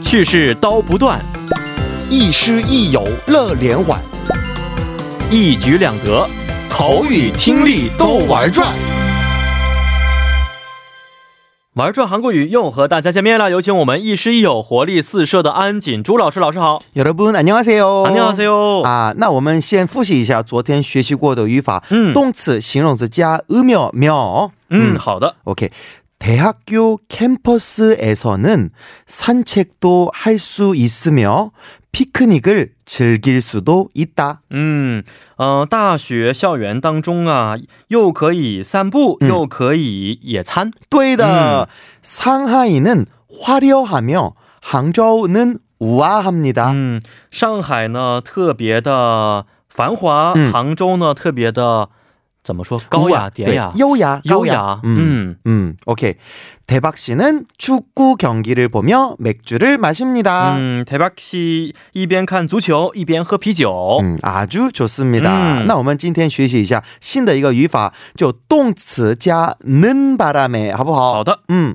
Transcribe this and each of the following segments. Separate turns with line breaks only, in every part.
去世刀不断，
亦师亦友乐连环，
一举两得。
口语听力都玩转。
玩转韩国语又和大家见面了，有请我们亦师亦友、活力四射的安锦珠老师。老师好，
여러분 안녕하세요. 아,
안녕하세요。
哦啊，那我们先复习一下昨天学习过的语法，
嗯
动词、形容词加 으며 며。
嗯，好的，
오케이. 대학교 캠퍼스에서는 산책도 할 수 있으며 피크닉을 즐길 수도 있다.
嗯，呃，大学校园当中啊，又可以散步，
嗯
又可以野餐。
또이다. 상하이는 화려하며 항저우는 우아합니다.
嗯，上海呢特别的繁华，
嗯啊
杭州呢特别的怎么说高雅典雅
네,优雅,
优雅。
음.
嗯
음, 오케이. 대박 씨는 축구 경기를 보며 맥주를 마십니다.
嗯，台北西一边看足球一边喝啤酒。
음, 아주 좋습니다.
음.
那我们今天学习一下新的一个语法，就动词加는 바람에, 好不好？
好的，
음. 嗯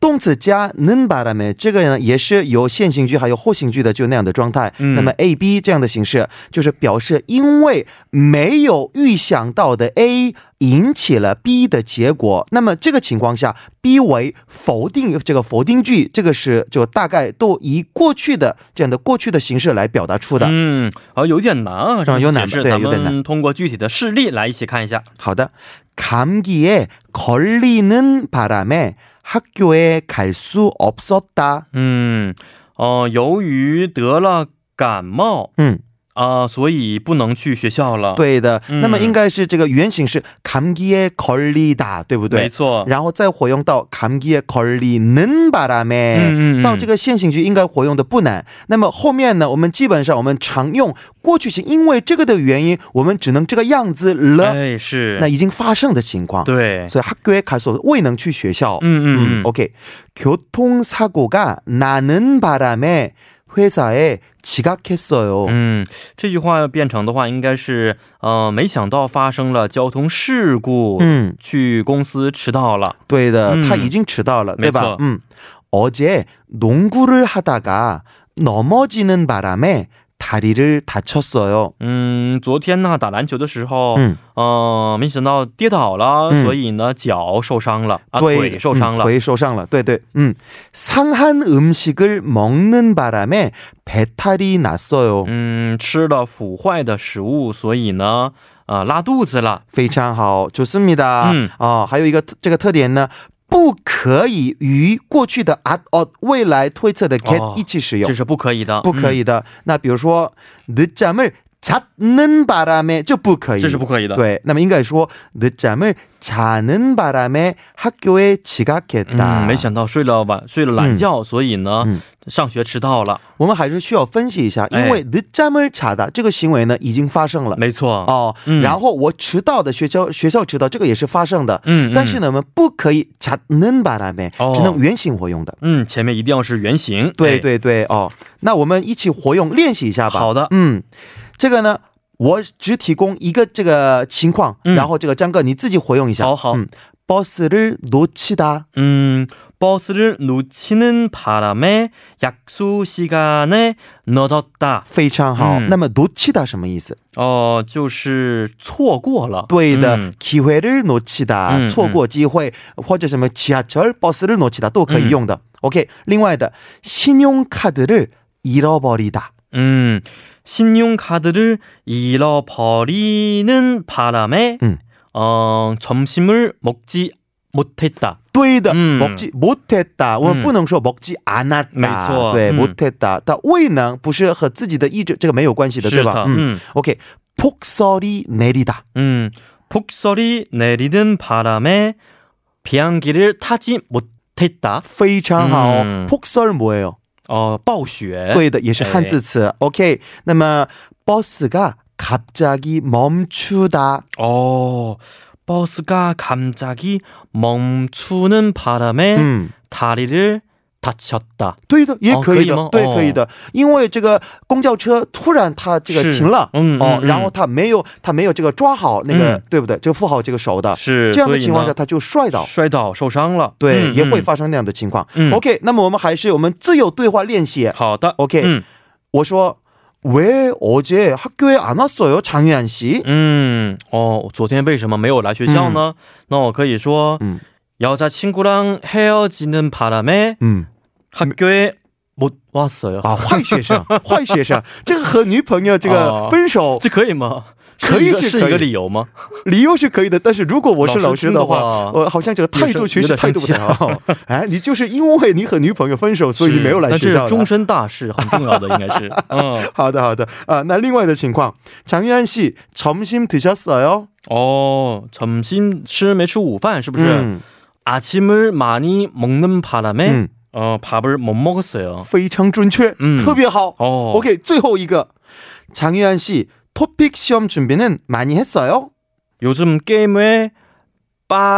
动词加는 바람에 这个呢也是有现行句还有后行句的就那样的状态。
嗯。
那么 A B 这样的形式，就是表示因为没有预想到的 A 引起了 B 的结果。那么这个情况下 B 为否定这个否定句，这个是就大概都以过去的这样的过去的形式来表达出的。
嗯，呃，有点难啊，这
啊有点
解释
对
咱
有点
们通过具体的事例来一起看一下。
好的. 감기에 걸리는 바람에 학교에 갈 수 없었다.
嗯，哦、由于得了感冒
음.
啊、所以不能去学校了。，
嗯对的，
嗯
那么应该是这个原型是 네. 감기에 걸리다，对不
没
对？
错。
然后再活用到 감기에 걸리는 바람에，
嗯嗯嗯
到这个现行句应该活用的不难。那么后面呢，我们基本上我们常用过去型，因为这个的原因，我们只能这个样子了。
哎，是，
那已经发生的情况，
对，
所以학교에갈수 없-未能去学校。
음, 嗯嗯嗯
OK. 교통사고가 음, 나는 바람에 회사에 지각했어요.
嗯，这句话要变成的话，应该是呃，没想到发生了交通事故，
嗯
去公司迟到了。
对的，
嗯
他已经迟到了，对
没错
吧？嗯，어제농구를하다가넘어지는바람에다리를다쳤어요。
嗯，昨天呢打篮球的时候，
嗯，
呃，没想到跌倒了，
嗯
所以呢脚受伤了，啊，
对
腿受伤
嗯
了。
腿受伤了。对对，嗯， 네, 음. 상한음식을먹는바람에배탈이났어요。
嗯，吃了腐坏的食物，所以呢，啊，拉肚子了。
非常好，좋습니다。 어,
嗯
哦，还有一个特这个特点呢。不可以与过去的 at or 未来推测的 get
哦
一起使用
这，是不可以的，
不可以的。那比如说，늦잠을잤는바람에，这不可
嗯，
以，
这是不可以的。，
对，那么应该说늦잠을자는바람에학교에지각했
嗯，
다。
没想到睡了晚睡了懒觉，所以呢、
嗯啊
上学迟到了。
我们还是需要分析一下，因为늦잠을자다这个行为呢已经发生了
没错，
哦、
嗯
然后我迟到的学校学校迟到这个也是发生的，
嗯，嗯
但是呢我们不可以자는바람에，
哦
只能原形活用的。
嗯，前面一定要是原形。
对
哎，
对对哦，那我们一起活用练习一下吧。
好的
嗯，这个呢。我只提供一个这个情况，
嗯
然后这个张哥你自己活用一下。
好好
嗯，버스를놓치다。
嗯，버스를놓치는바람에약속시간에늦었다。
非常好。
嗯
那么놓치다什么意思？
哦、就是错过了。
对的，
嗯
机会를놓치다，
嗯
错过机会、或者什么지하철버스를놓치다都可以用的。OK，另外的信用卡드를잃어버리다。
음, 신용카드를 잃어버리는 바람에
음.
어, 점심을 먹지 못했다.
对的，
嗯
먹지못했다，我们不能说먹지않았다，
没错
对，
嗯
못했다，但未能不是和自己的意志这个没有关系的， 네， 对吧？
음.
OK，폭설이내리다，
음, 폭설이 내리는 바람에 비행기를 타지 못했다.
非常好。
嗯
폭설뭐예요？
어, 暴雪.
对的，也是汉字
哎
词。OK，那么 버스가 갑자기 멈추다，
어, 버스가 갑자기 멈추는 바람에
嗯，
다리를 다쳤다
对的，也
哦
可
可
以
以
的，
吗
对，
哦
可以的。因为这个公交车突然它这个
是
停了，
嗯
哦，
嗯嗯
然后他没有他没有这个抓好那个，
嗯
对不对？这个扶好这个手的，
是
这样
所
的
以
情况
呢
下他就摔倒，
摔倒受伤了，
对、
嗯
也会。
嗯
发生那样的情况。
嗯
OK，那么我们还是我们自由对话练习。
好的
OK，
嗯
我说왜어제학교에안왔어요장유한 씨？
嗯哦，昨天为什么没有来学校呢？那我可以说，
嗯
여자친구랑헤어지는바람에
嗯
학교에 못 왔어요.
啊，坏学 生，坏学生，这个和女朋友这个
哦
分手、
这可以吗？
可
是一
以
个
是
是
可
一个
以
理由吗？
理由是可以的，但是如果我是老
老师
师
听的
的话，
话
呃，好像这个态度
有
确
点
实
生
态度不太好。 哎，你就是因为你和女朋友分手，所以你没有来
但
学校
这是
的。
终身大事，很重要的，应该 是。嗯，
好的，好的，啊，那另外的情况，장유한씨점심드셨어요？
哦，점심吃没吃午饭是不是？
嗯
아침을 많이 먹는 바람에
嗯，
어, 밥을 못 먹었어요.
非常准确，
嗯
特别好。
어,
OK，最后一个，장유한씨토픽시험준비는많이했어요？
요즘 게임에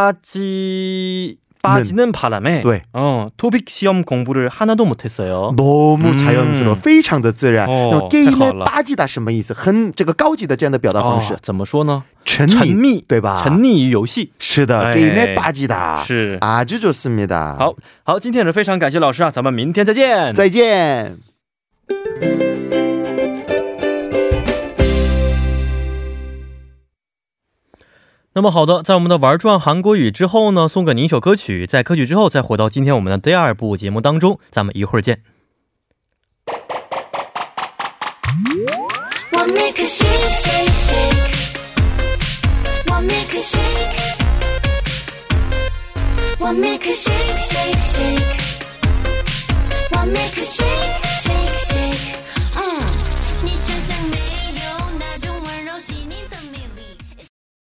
빠지 빠지는 바람에
对，
어, 토픽 시험 공부를 하나도 못 했어요.
너무자연스러워，
嗯
非常的自然。
哦
那么 game
太好了
八级的什么意思？很这个高级的这样的表达方式，
아, 怎么说呢?
沉迷，
哦沉迷,
对吧？
沉溺于游戏.
是的，
哎
给那八级的，
是.
啊，这就是米的。，
好,好,今天也是非常感谢老师啊,咱们明天再见.
再见。
那么好的，在我们的玩转韩国语之后呢，送给您一首歌曲，在歌曲之后再回到今天我们的第二部节目当中，咱们一会儿见。
我 make a shake shake shake，我 make a shake，我 make a shake shake shake，我 make a shake shake shake。Uh.